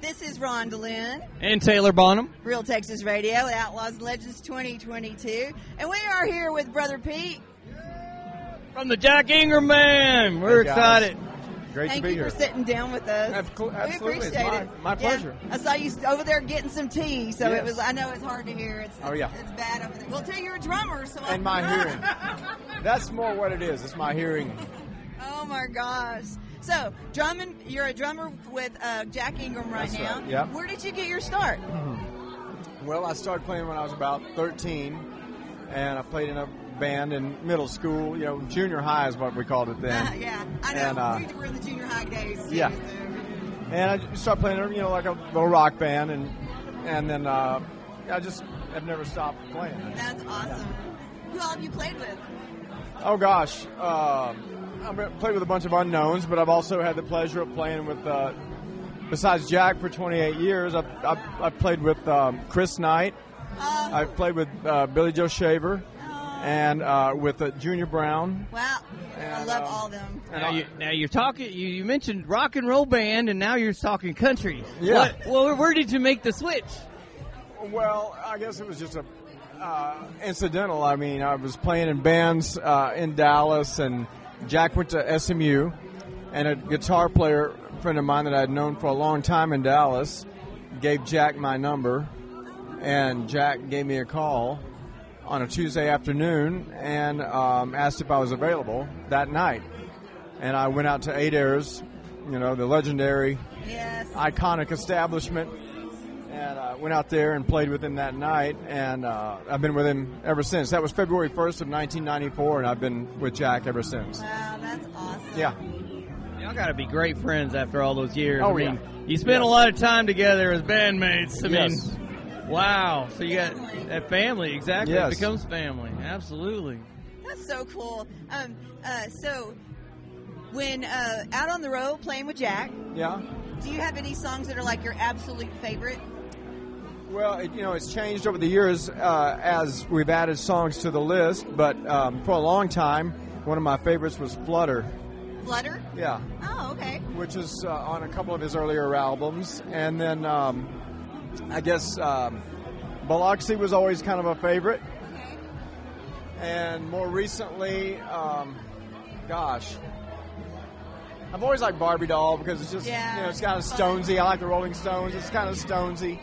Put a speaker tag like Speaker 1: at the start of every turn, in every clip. Speaker 1: This is Rhonda Lynn,
Speaker 2: And Taylor Bonham.
Speaker 1: Real Texas Radio, Outlaws and Legends 2022. And we are here with Brother Pete.
Speaker 2: From the Jack Ingram Man. We're
Speaker 3: Hey, guys.
Speaker 2: excited.
Speaker 3: Great
Speaker 1: Thank
Speaker 3: to be
Speaker 1: you
Speaker 3: here.
Speaker 1: for sitting down with us.
Speaker 3: Ab- cl-
Speaker 1: We
Speaker 3: absolutely. It's
Speaker 1: appreciate
Speaker 3: my-
Speaker 1: it.
Speaker 3: my pleasure.
Speaker 1: I saw you over there getting some tea, so it
Speaker 3: Yes.
Speaker 1: was. I know it's hard to hear. It's,
Speaker 3: Oh, yeah.
Speaker 1: it's, it's bad over there. Well, tell you're a drummer, so I-
Speaker 3: and my hearing. That's more what it is. It's my hearing.
Speaker 1: Oh my gosh! So, drumming. You're a drummer with uh, Jack Ingram right
Speaker 3: That's
Speaker 1: now.
Speaker 3: right, yep.
Speaker 1: Where did you get your start?
Speaker 3: Well, I started playing when I was about 13, and I played in a band in middle school. You know, junior high is what we called it then.
Speaker 1: yeah, I know.
Speaker 3: and, uh,
Speaker 1: we were in the junior high days. too,
Speaker 3: yeah.
Speaker 1: so-
Speaker 3: and I just started playing, you know, like a little rock band, and and then uh, I just have never stopped playing.
Speaker 1: That's awesome. Who all have you played with?
Speaker 3: Oh gosh, uh, I've played with a bunch of unknowns, but I've also had the pleasure of playing with. Uh, besides Jack for 28 years, I've, I've, I've played with um, Chris Knight.
Speaker 1: Uh,
Speaker 3: I've played with uh, Billy Joe Shaver,
Speaker 1: Oh.
Speaker 3: and uh, with uh, Junior Brown.
Speaker 1: wow, I
Speaker 3: and,
Speaker 1: love
Speaker 3: um,
Speaker 1: all them.
Speaker 3: And
Speaker 2: Now,
Speaker 3: I-
Speaker 2: you, now you're talking. You, you mentioned rock and roll band, and now you're talking country.
Speaker 3: Yeah.
Speaker 2: What, well, where- where did you make the switch?
Speaker 3: Well, I guess it was just a uh, incidental. I mean, I was playing in bands uh, in Dallas, and Jack went to SMU, and a guitar player friend of mine that I had known for a long time in Dallas gave Jack my number, and Jack gave me a call on a Tuesday afternoon and um, asked if I was available that night, and I went out to Adair's, you know, the legendary
Speaker 1: Yes.
Speaker 3: iconic establishment. And uh, went out there and played with him that night, and uh, I've been with him ever since. That was February 1st of 1994, and I've been with Jack ever since.
Speaker 1: wow, that's awesome.
Speaker 3: Yeah,
Speaker 2: Y'all got to be great friends after all those years.
Speaker 3: Oh,
Speaker 2: I mean,
Speaker 3: yeah.
Speaker 2: you spent a lot of time together as bandmates. I
Speaker 3: Yes.
Speaker 2: mean, wow. So you got
Speaker 1: Family.
Speaker 2: that family exactly
Speaker 3: Yes.
Speaker 2: it becomes family. Absolutely.
Speaker 1: That's so cool. Um, uh, so, when uh, out on the road playing with Jack,
Speaker 3: yeah.
Speaker 1: do you have any songs that are like your absolute favorite?
Speaker 3: Well, it, you know, it's changed over the years uh, as we've added songs to the list. But um, for a long time, one of my favorites was "Flutter."
Speaker 1: Flutter.
Speaker 3: Yeah,
Speaker 1: Oh, okay.
Speaker 3: which is uh, on a couple of his earlier albums. And then um, I guess um, Biloxi was always kind of a favorite.
Speaker 1: Okay.
Speaker 3: And more recently, um, gosh, I've always liked Barbie Doll because it's just,
Speaker 1: Yeah.
Speaker 3: you know, it's kind of stonesy. I like the Rolling Stones. It's kind of stonesy.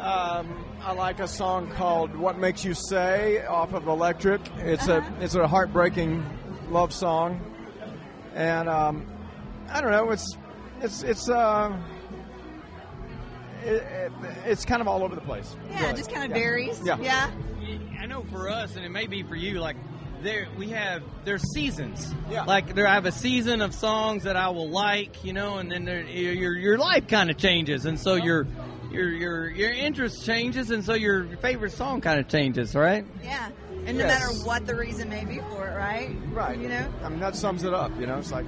Speaker 3: Um, I like a song called "What Makes You Say" off of Electric. It's
Speaker 1: Uh-huh.
Speaker 3: a it's a heartbreaking love song, and um, I don't know. It's it's it's uh, it, it, it's kind of all over the place.
Speaker 1: Yeah,
Speaker 3: really.
Speaker 1: it just kind of
Speaker 3: Yeah.
Speaker 1: varies.
Speaker 3: Yeah.
Speaker 1: Yeah.
Speaker 2: I know for us, and it may be for you, like there we have there's seasons.
Speaker 3: Yeah.
Speaker 2: Like there, I have a season of songs that I will like, you know, and then there, your your- your life kind of changes, and so your your your your interest changes, and so your favorite song kind of changes, right?
Speaker 1: Yeah. And no
Speaker 3: Yes.
Speaker 1: matter what the reason may be for it, right?
Speaker 3: Right.
Speaker 1: You know?
Speaker 3: I mean, that sums it up. You know, it's like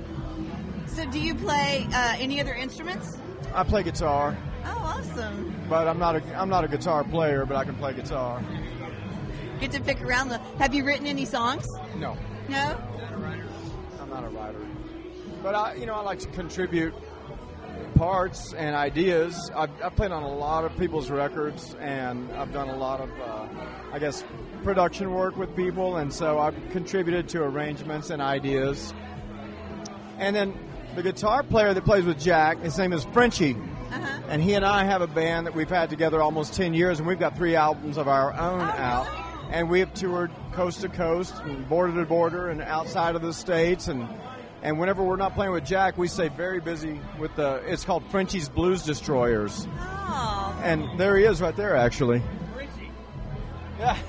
Speaker 1: So, do you play uh, any other instruments?
Speaker 3: I play guitar,
Speaker 1: Oh, awesome.
Speaker 3: but I'm not a I'm not a guitar player, but I can play guitar.
Speaker 1: Get to pick around the. Have you written any songs?
Speaker 3: No,
Speaker 1: No?
Speaker 3: I'm not a writer, but I you know I like to contribute parts and ideas. I've, I've played on a lot of people's records, and I've done a lot of uh, I guess production work with people, and so I've contributed to arrangements and ideas. And then the guitar player that plays with Jack, his name is Frenchie.
Speaker 1: Uh
Speaker 2: Uh-huh.
Speaker 1: huh.
Speaker 3: And he and I have a band that we've had together almost 10 years, and we've got three albums of our
Speaker 2: Oh,
Speaker 3: own out. And we have toured coast to coast, and border to border, and outside of the states. And and whenever we're not playing with Jack, we stay very busy with the. It's called Frenchie's Blues Destroyers,
Speaker 1: Oh.
Speaker 3: and there he is right there, actually.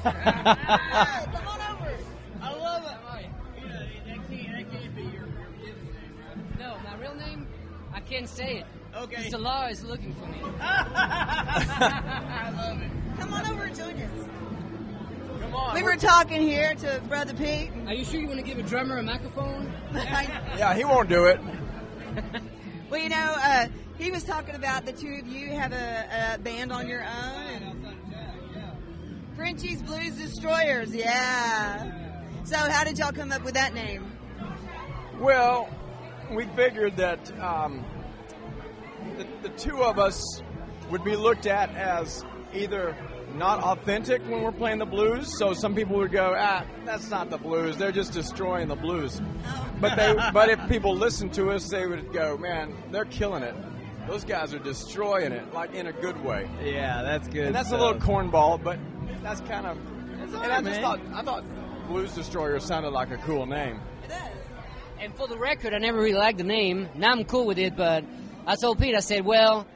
Speaker 1: Yeah, come on over.
Speaker 4: I love it. You know, that can't, that can't be your real name. No, my real name, I can't say it.
Speaker 2: Okay.
Speaker 4: The law is looking for me. I love it.
Speaker 1: Come on over and join us.
Speaker 2: Come on.
Speaker 1: We Uh, were talking here to Brother Pete.
Speaker 4: Are you sure you want to give a drummer a microphone?
Speaker 1: I-
Speaker 3: Yeah, he won't do it.
Speaker 1: well, you know, uh, he was talking about the two of you have a, a band on your own. And Frenchie's Blues Destroyers, yeah. So, how did y'all come up with that name?
Speaker 3: Well, we figured that um, the, the two of us would be looked at as either not authentic when we're playing the blues. So some people would go, ah, that's not the blues. They're just destroying the blues. But they, but if people listened to us, they would go, man, they're killing it. Those guys are destroying it, like in a good way.
Speaker 2: Yeah, that's good.
Speaker 3: And that's a
Speaker 2: stuff.
Speaker 3: little cornball, but that's kind of.
Speaker 2: It's
Speaker 3: and
Speaker 2: all
Speaker 3: I
Speaker 2: right, man.
Speaker 3: just thought I thought Blues Destroyer sounded like a cool name.
Speaker 1: It is.
Speaker 4: And for the record, I never really liked the name. Now I'm cool with it, but I told Pete, I said, well,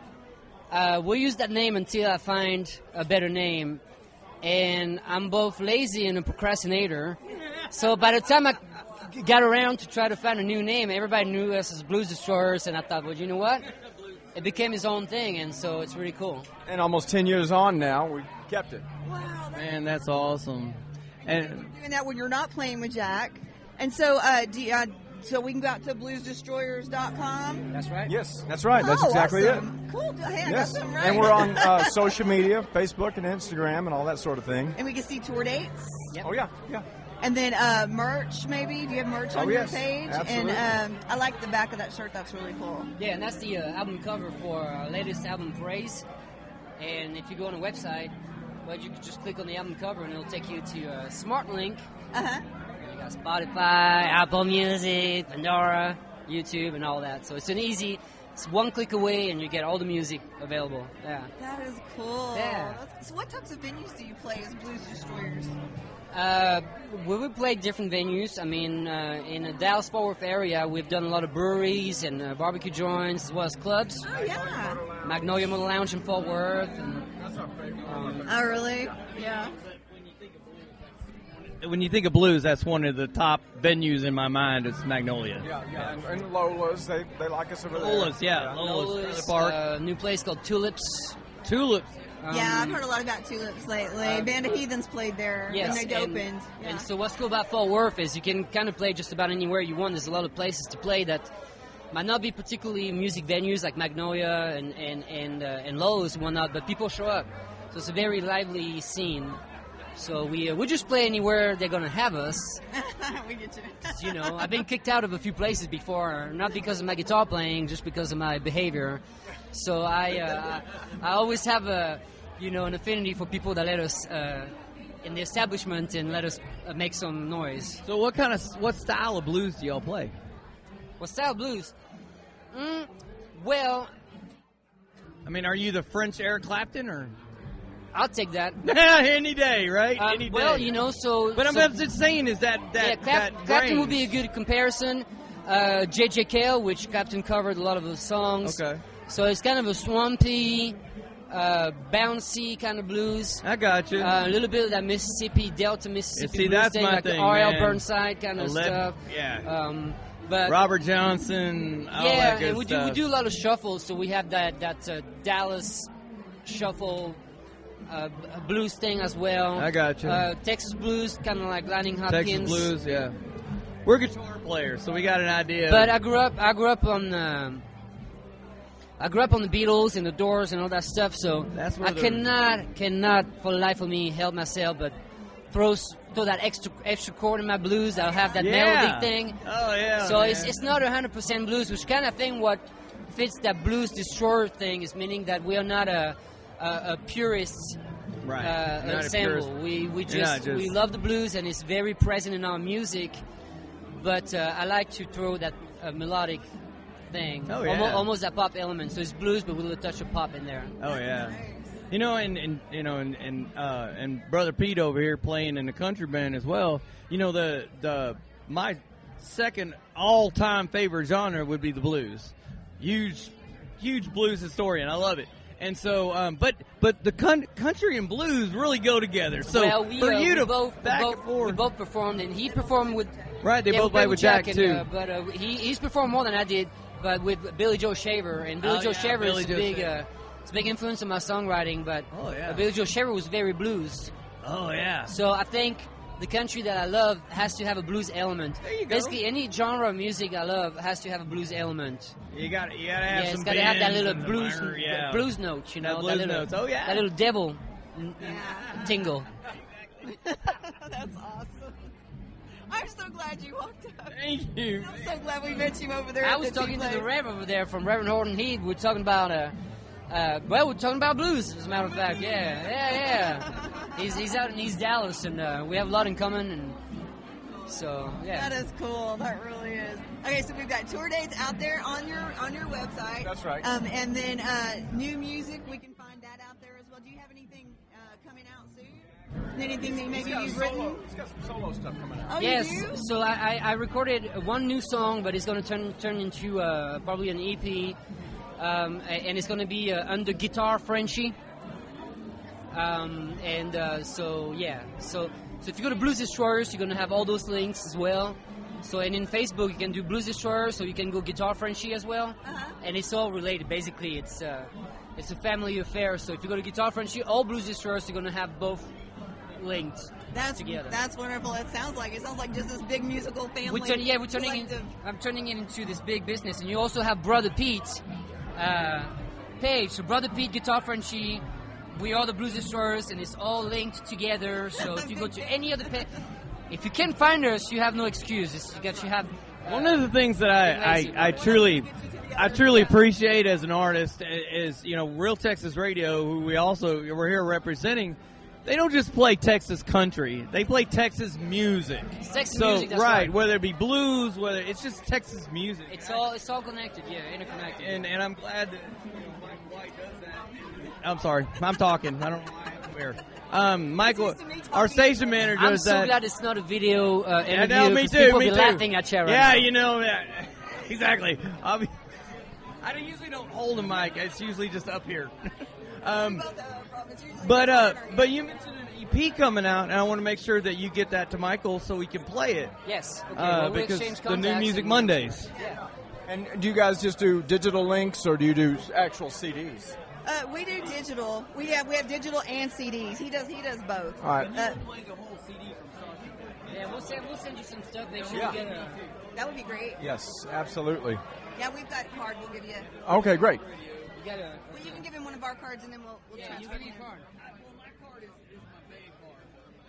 Speaker 4: uh, we'll use that name until I find a better name. And I'm both lazy and a procrastinator. So by the time I g- got around to try to find a new name, everybody knew us as Blues Destroyers, and I thought, well, you know what? It became his own thing, and so it's really cool.
Speaker 3: And almost ten years on now, we kept it.
Speaker 1: Wow, that's
Speaker 2: Man, that's awesome. And
Speaker 1: doing that when you're not playing with Jack. And so, uh, do you, uh, so we can go out to bluesdestroyers.com.
Speaker 4: That's right.
Speaker 3: Yes, that's right. That's
Speaker 1: oh,
Speaker 3: exactly it.
Speaker 1: awesome. Cool. Hey, I got
Speaker 3: Yes,
Speaker 1: something right.
Speaker 3: and we're on uh, social media, Facebook and Instagram, and all that sort of thing.
Speaker 1: and we can see tour dates.
Speaker 4: Yep.
Speaker 3: Oh yeah, yeah.
Speaker 1: And then uh, merch, maybe. Do you have merch
Speaker 3: Oh,
Speaker 1: on
Speaker 3: yes.
Speaker 1: your page?
Speaker 3: Absolutely.
Speaker 1: And um, I like the back of that shirt. That's really cool.
Speaker 4: Yeah, and that's the uh, album cover for our latest album, Praise. And if you go on the website, well, you can just click on the album cover, and it'll take you to uh, Smart Link.
Speaker 1: Uh huh.
Speaker 4: And You got Spotify, Apple Music, Pandora, YouTube, and all that. So it's an easy, it's one click away, and you get all the music available. Yeah.
Speaker 1: That is cool.
Speaker 4: Yeah.
Speaker 1: That's- So, what types of venues do you play as Blues Destroyers?
Speaker 4: Uh, we would play different venues. I mean, uh, in the Dallas Fort Worth area, we've done a lot of breweries and uh, barbecue joints, as well as clubs.
Speaker 1: Oh yeah.
Speaker 4: Magnolia Motor Lounge in Fort Worth. And, um,
Speaker 1: Oh really? Yeah.
Speaker 2: when you think of blues, that's one of the top venues in my mind. It's Magnolia.
Speaker 3: Yeah, yeah. And, and Lola's, they, they like us over there.
Speaker 2: Lola's, yeah. Lola's, Trailer
Speaker 4: Nola's,
Speaker 2: Park.
Speaker 4: uh, new place called Tulips.
Speaker 2: Tulips.
Speaker 4: Um,
Speaker 1: yeah, I've heard a lot about Tulips lately. Band of Heathens played there
Speaker 4: Yes,
Speaker 1: uh, and they
Speaker 4: and-
Speaker 1: opened. Yeah.
Speaker 4: And so what's cool about Fort Worth is you can kind of play just about anywhere you want. There's a lot of places to play that might not be particularly music venues like Magnolia and and and uh, and Lowe's and whatnot, but people show up. So it's a very lively scene. So we uh, we just play anywhere they're gonna have us.
Speaker 1: we get you.
Speaker 4: 'Cause, You know, I've been kicked out of a few places before, not because of my guitar playing, just because of my behavior. So I, uh, I always have a, you know, an affinity for people that let us uh, in the establishment and let us uh, make some noise.
Speaker 2: So what kind of what style of blues do y'all play?
Speaker 4: Well, style blues. Mm, well,
Speaker 2: I mean, are you the French Eric Clapton or
Speaker 4: I'll take that.
Speaker 2: any day, right?
Speaker 4: Uh,
Speaker 2: any day.
Speaker 4: well, you know, so.
Speaker 2: but I'm
Speaker 4: so-
Speaker 2: I'm just saying is that that
Speaker 4: yeah, Clap-
Speaker 2: that
Speaker 4: Clapton
Speaker 2: range.
Speaker 4: would be a good comparison. Uh, J.J. Cale, which Clapton covered a lot of the songs.
Speaker 2: Okay.
Speaker 4: So it's kind of a swampy, uh, bouncy kind of blues.
Speaker 2: I got you.
Speaker 4: Uh, a little bit of that Mississippi Delta, Mississippi
Speaker 2: see,
Speaker 4: blues
Speaker 2: that's
Speaker 4: thing,
Speaker 2: my
Speaker 4: like
Speaker 2: thing,
Speaker 4: the R.L.
Speaker 2: man.
Speaker 4: Burnside kind of
Speaker 2: Eleven-
Speaker 4: stuff.
Speaker 2: yeah.
Speaker 4: Um, but
Speaker 2: Robert Johnson. All
Speaker 4: yeah,
Speaker 2: that good
Speaker 4: and we do,
Speaker 2: stuff.
Speaker 4: we do a lot of shuffles, so we have that that uh, Dallas shuffle uh, b- blues thing as well.
Speaker 2: I gotcha.
Speaker 4: Uh, Texas blues, kind of like Lightning Hopkins.
Speaker 2: Texas blues. Yeah, we're guitar players, so we got an idea.
Speaker 4: But uh, I grew up. I grew up on. Um, I grew up on the Beatles and the Doors and all that stuff. So
Speaker 2: That's where
Speaker 4: I
Speaker 2: the-
Speaker 4: cannot, cannot for the life of me help myself, but throw s- throw that extra extra chord in my blues. I'll have that
Speaker 2: yeah.
Speaker 4: melody thing.
Speaker 2: Oh yeah.
Speaker 4: so it's
Speaker 2: man.
Speaker 4: it's not 100% blues, which kind of thing what fits that blues destroyer thing is meaning that we are not a a, a purist.
Speaker 2: right.
Speaker 4: Uh,
Speaker 2: Not a purist.
Speaker 4: ensemble. We we
Speaker 2: You're not
Speaker 4: just,
Speaker 2: just-
Speaker 4: we love the blues and it's very present in our music. But uh, I like to throw that uh, melodic thing,
Speaker 2: Oh,
Speaker 4: Almo-
Speaker 2: yeah.
Speaker 4: almost, that pop element. So it's blues, but with a touch of pop in there.
Speaker 2: Oh yeah. You know, and, and you know, and and, uh, and brother Pete over here playing in the country band as well. You know, the the my second all time favorite genre would be the blues. Huge, huge blues historian. I love it. And so, um, but but the con- country and blues really go together. So
Speaker 4: well, we,
Speaker 2: for
Speaker 4: uh,
Speaker 2: you
Speaker 4: we
Speaker 2: to
Speaker 4: both, we
Speaker 2: back
Speaker 4: both,
Speaker 2: and
Speaker 4: we
Speaker 2: forth,
Speaker 4: both performed, and he performed with
Speaker 2: right? They
Speaker 4: yeah,
Speaker 2: both play
Speaker 4: we played
Speaker 2: with Jack,
Speaker 4: and,
Speaker 2: too.
Speaker 4: uh, but uh, he, he's performed more than I did, but with Billy Joe Shaver, and Billy
Speaker 2: Oh,
Speaker 4: Joe
Speaker 2: yeah,
Speaker 4: Shaver
Speaker 2: Billy
Speaker 4: is
Speaker 2: Joe
Speaker 4: a big,
Speaker 2: Shaver.
Speaker 4: uh, it's a big influence on my songwriting. But
Speaker 2: Oh, yeah.
Speaker 4: uh, Billy Joe Shaver was very blues.
Speaker 2: oh yeah.
Speaker 4: So I think the country that I love has to have a blues element.
Speaker 2: There you go.
Speaker 4: Basically, any genre of music I love has to have a blues element.
Speaker 2: You got you gotta have
Speaker 4: yeah,
Speaker 2: some
Speaker 4: it's got to have that
Speaker 2: bends
Speaker 4: little
Speaker 2: and the
Speaker 4: blues,
Speaker 2: minor, yeah.
Speaker 4: blues note, you
Speaker 2: That
Speaker 4: know,
Speaker 2: blues
Speaker 4: little,
Speaker 2: notes. Oh, yeah.
Speaker 4: that little devil n-
Speaker 1: Yeah.
Speaker 4: tingle.
Speaker 1: That's awesome. I'm so glad you walked up.
Speaker 2: Thank you.
Speaker 1: I'm so glad we met you over there.
Speaker 4: I
Speaker 1: at
Speaker 4: was
Speaker 1: the tea
Speaker 4: talking to the
Speaker 1: place.
Speaker 4: Rev over there from Reverend Horton Heat. We're talking about uh, uh, well, we're talking about blues, as a matter of fact. Yeah, yeah, yeah. He's he's out in East Dallas, and uh, we have a lot in common, and so
Speaker 1: That
Speaker 4: yeah.
Speaker 1: is cool. That really is. Okay, so we've got tour dates out there on your on your website.
Speaker 3: That's right.
Speaker 1: Um, and then uh, new music, we can find that out there as well. Do you have anything uh, coming out soon? Anything that maybe you've written?
Speaker 3: he's got some solo stuff coming out.
Speaker 1: Oh,
Speaker 4: Yes,
Speaker 1: you do?
Speaker 4: so I, I- I recorded one new song, but it's going to turn turn into uh, probably an EP, um, a- and it's going to be uh, under guitar Frenchie. Um, and uh, so yeah, so so if you go to Blues Destroyers, you're gonna have all those links as well. So and in Facebook, you can do Blues Destroyers, so you can go Guitar Frenchie as well.
Speaker 1: Uh-huh.
Speaker 4: And it's all related. Basically, it's uh, it's a family affair. So if you go to Guitar Frenchie or Blues Destroyers, you're gonna have both linked.
Speaker 1: That's
Speaker 4: together.
Speaker 1: that's wonderful. It sounds like it sounds like just this big musical family.
Speaker 4: We're turn, yeah, we're turning in,
Speaker 1: collective.
Speaker 4: I'm turning it into this big business, and you also have Brother Pete, uh, Page. So Brother Pete, Guitar Frenchie, we are the Blues Destroyers, and it's all linked together. So if you go to any other, pa- if you can't find us, you have no excuse. It's, you got you have. uh,
Speaker 2: One of the things that I,
Speaker 4: Amazing.
Speaker 2: I, I truly I truly appreciate as an artist i- is you know Real Texas Radio, who we also we're here representing. They don't just play Texas country; they play Texas music.
Speaker 4: It's Texas
Speaker 2: so
Speaker 4: music, that's
Speaker 2: right,
Speaker 4: right.
Speaker 2: whether it be blues, whether it's just Texas music.
Speaker 4: it's all it's all connected. Yeah, interconnected.
Speaker 2: and and I'm glad that you know, Michael White does that. I'm sorry, I'm talking. I don't know why I'm aware. Um, Michael,
Speaker 1: It's used to me talking.
Speaker 2: our station manager
Speaker 4: I'm
Speaker 2: does
Speaker 4: so
Speaker 2: that.
Speaker 4: glad it's not a video uh, interview.
Speaker 2: Yeah, no, me
Speaker 4: 'cause
Speaker 2: too.
Speaker 4: People
Speaker 2: Me
Speaker 4: be
Speaker 2: too.
Speaker 4: laughing at you right
Speaker 2: yeah,
Speaker 4: now.
Speaker 2: you know that. exactly. I'll be, I don't- usually don't hold a mic. It's usually just up here. um,
Speaker 1: Both, uh, problems. Usually
Speaker 2: but uh,
Speaker 1: it's
Speaker 2: but you mentioned an EP coming out, and I want to make sure that you get that to Michael so he can play it
Speaker 4: Yes. Okay,
Speaker 2: uh,
Speaker 4: well, we'll
Speaker 2: because
Speaker 4: exchange
Speaker 2: the new
Speaker 4: contacts
Speaker 2: Music
Speaker 4: and-
Speaker 2: Mondays.
Speaker 4: Yeah.
Speaker 3: And do you guys just do digital links or do you do actual CDs?
Speaker 1: Uh, we do digital. We have we have digital and CDs. He does he does both.
Speaker 3: All right.
Speaker 1: Uh,
Speaker 4: Yeah, we'll send, we'll send you some stuff. Make sure
Speaker 3: Yeah.
Speaker 4: you get a.
Speaker 1: that would be great.
Speaker 3: Yes, absolutely.
Speaker 1: Yeah, we've got a card. We'll give you.
Speaker 3: Okay, great.
Speaker 4: You get a
Speaker 1: Well, you can give him one of our cards, and then we'll. we'll
Speaker 4: yeah, you
Speaker 1: transfer
Speaker 4: get
Speaker 1: him.
Speaker 4: your card.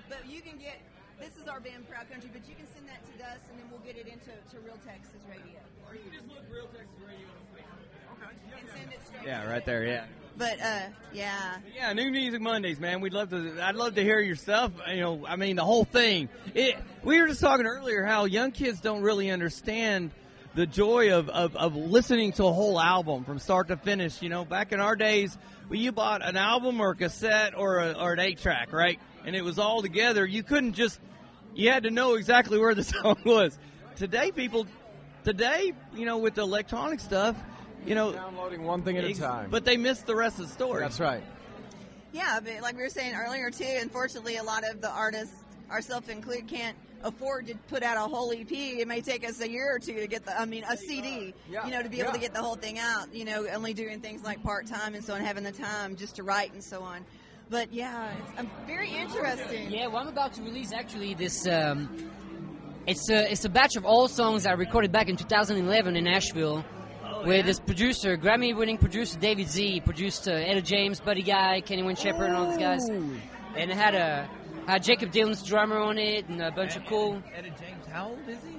Speaker 1: But you can get. This is our band Proud Country, but you can send that to us, and then we'll get it into to Real Texas Radio. Or you can just look Real Texas Radio on Facebook. Okay. And send it straight.
Speaker 2: Yeah, right there. Yeah.
Speaker 1: But uh, yeah.
Speaker 2: Yeah, New Music Mondays, man. We'd love to. I'd love to hear your stuff. You know, I mean, the whole thing. It, we were just talking earlier how young kids don't really understand the joy of, of, of listening to a whole album from start to finish. You know, back in our days, well, you bought an album or a cassette or, a, or an eight track, right? And it was all together. You couldn't just. You had to know exactly where the song was. Today, people. Today, you know, with the electronic stuff, you know.
Speaker 3: Downloading one thing at a
Speaker 2: ex-
Speaker 3: time.
Speaker 2: But they missed the rest of the story.
Speaker 3: that's right.
Speaker 1: Yeah, but like we were saying earlier too, unfortunately, a lot of the artists, ourselves included, can't afford to put out a whole EP. It may take us a year or two to get the, I mean, a CD,
Speaker 3: Yeah,
Speaker 1: you know, to be able to
Speaker 3: yeah.
Speaker 1: get the whole thing out. You know, only doing things like part time and so on, having the time just to write and so on. But yeah, it's um, very interesting.
Speaker 4: Yeah, well, I'm about to release actually this. Um, it's a it's a batch of all songs I recorded back in 2011 in Nashville, where this producer, Grammy-winning producer David Z, produced uh, Etta James, Buddy Guy, Kenny Wayne Shepherd, and all these guys, and it had a had Jacob Dylan's drummer on it and a bunch of cool.
Speaker 2: Eddie James, how old is he?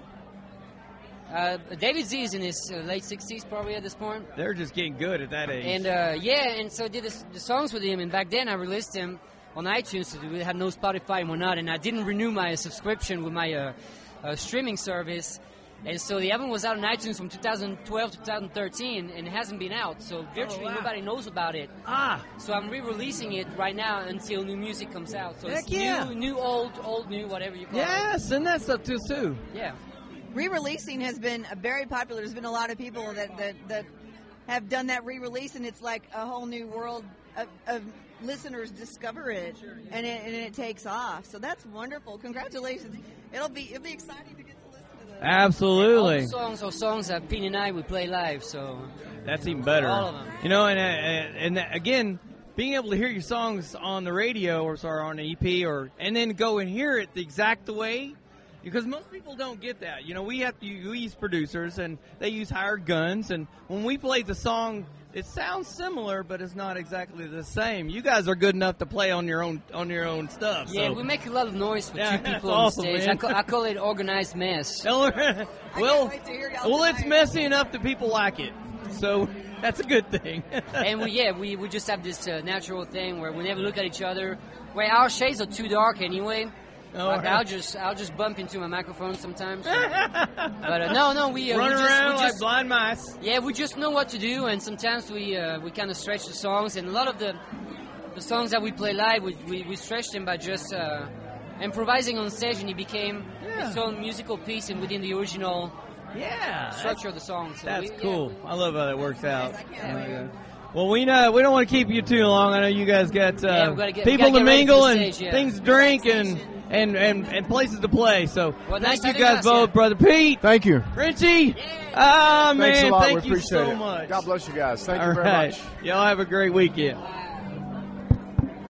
Speaker 4: Uh, David Z is in his uh, late 60s probably at this point.
Speaker 2: They're just getting good at that age.
Speaker 4: And uh, yeah, and so I did this, the songs with him, and back then I released him on iTunes. So we had no Spotify and whatnot, and I didn't renew my subscription with my uh, uh, streaming service. And so the album was out on iTunes from 2012 to 2013, and it hasn't been out, so virtually
Speaker 2: Oh, wow.
Speaker 4: nobody knows about it.
Speaker 2: ah,
Speaker 4: So I'm re-releasing it right now until new music comes out. So
Speaker 2: Heck
Speaker 4: it's
Speaker 2: yeah.
Speaker 4: new, new, old, old, new, whatever you call it.
Speaker 2: yeah, send that stuff to us too.
Speaker 4: Yeah.
Speaker 1: Re-releasing has been uh, very popular. There's been a lot of people that that, that have done that re-release, and it's like a whole new world of, of listeners discover it, and it and it takes off. So that's wonderful. Congratulations! It'll be it'll be exciting to get to listen to this.
Speaker 4: All
Speaker 2: Absolutely,
Speaker 4: the songs are songs that Pete and I we play live, so
Speaker 2: that's even better.
Speaker 4: All of 'em.
Speaker 2: You know, and uh, and that- again, being able to hear your songs on the radio or sorry on the EP or and then go and hear it the exact way. Because most people don't get that, you know. We have to we use producers, and they use hired guns. And when we played the song It sounds similar, but it's not exactly the same. You guys are good enough to play on your own on your own stuff.
Speaker 4: Yeah,
Speaker 2: so.
Speaker 4: we make a lot of noise for
Speaker 2: Yeah,
Speaker 4: two
Speaker 2: that's
Speaker 4: people
Speaker 2: awesome,
Speaker 4: on stage.
Speaker 2: man.
Speaker 4: I, ca- I call it organized mess.
Speaker 2: Tell her- well,
Speaker 1: wait to hear y'all
Speaker 2: well, it's
Speaker 1: tonight.
Speaker 2: messy enough that people like it, so that's a good thing.
Speaker 4: and we, yeah, we, we just have this uh, natural thing where we never look at each other. Where our shades are too dark anyway.
Speaker 2: Oh,
Speaker 4: like,
Speaker 2: right.
Speaker 4: I'll just I'll just bump into my microphone sometimes. but uh, no, no, we uh,
Speaker 2: Run
Speaker 4: we just,
Speaker 2: around
Speaker 4: we
Speaker 2: like
Speaker 4: just,
Speaker 2: blind mice.
Speaker 4: yeah, we just know what to do, and sometimes we uh, we kind of stretch the songs, and a lot of the the songs that we play live, we we, we stretch them by just. Uh, Improvising on stage, and it became
Speaker 2: Yeah.
Speaker 4: its own musical piece, and within the original
Speaker 2: Yeah, that's,
Speaker 4: structure of the song. So
Speaker 2: that's
Speaker 4: we- yeah,
Speaker 2: cool. I love how that works out.
Speaker 1: I can't
Speaker 2: Oh,
Speaker 1: wait.
Speaker 2: yeah. Well, we know we don't want to keep you too long. I know you guys got uh,
Speaker 4: Yeah, we gotta get- we
Speaker 2: people
Speaker 4: gotta
Speaker 2: to
Speaker 4: get ready for
Speaker 2: mingle
Speaker 4: the
Speaker 2: and
Speaker 4: stage, yeah.
Speaker 2: things to drink and, and, and, and places to play. So
Speaker 4: Well, nice
Speaker 2: thank you
Speaker 4: having
Speaker 2: guys
Speaker 4: us, yeah.
Speaker 2: both, brother Pete,
Speaker 3: Thank you.
Speaker 2: Richie. Ah man,
Speaker 3: Thanks a lot.
Speaker 2: thank
Speaker 3: we
Speaker 2: you
Speaker 3: appreciate
Speaker 2: so
Speaker 3: it.
Speaker 2: much.
Speaker 3: God bless you guys. Thank
Speaker 2: All
Speaker 3: you very
Speaker 2: right.
Speaker 3: much.
Speaker 2: Y'all have a great weekend.
Speaker 4: yeah.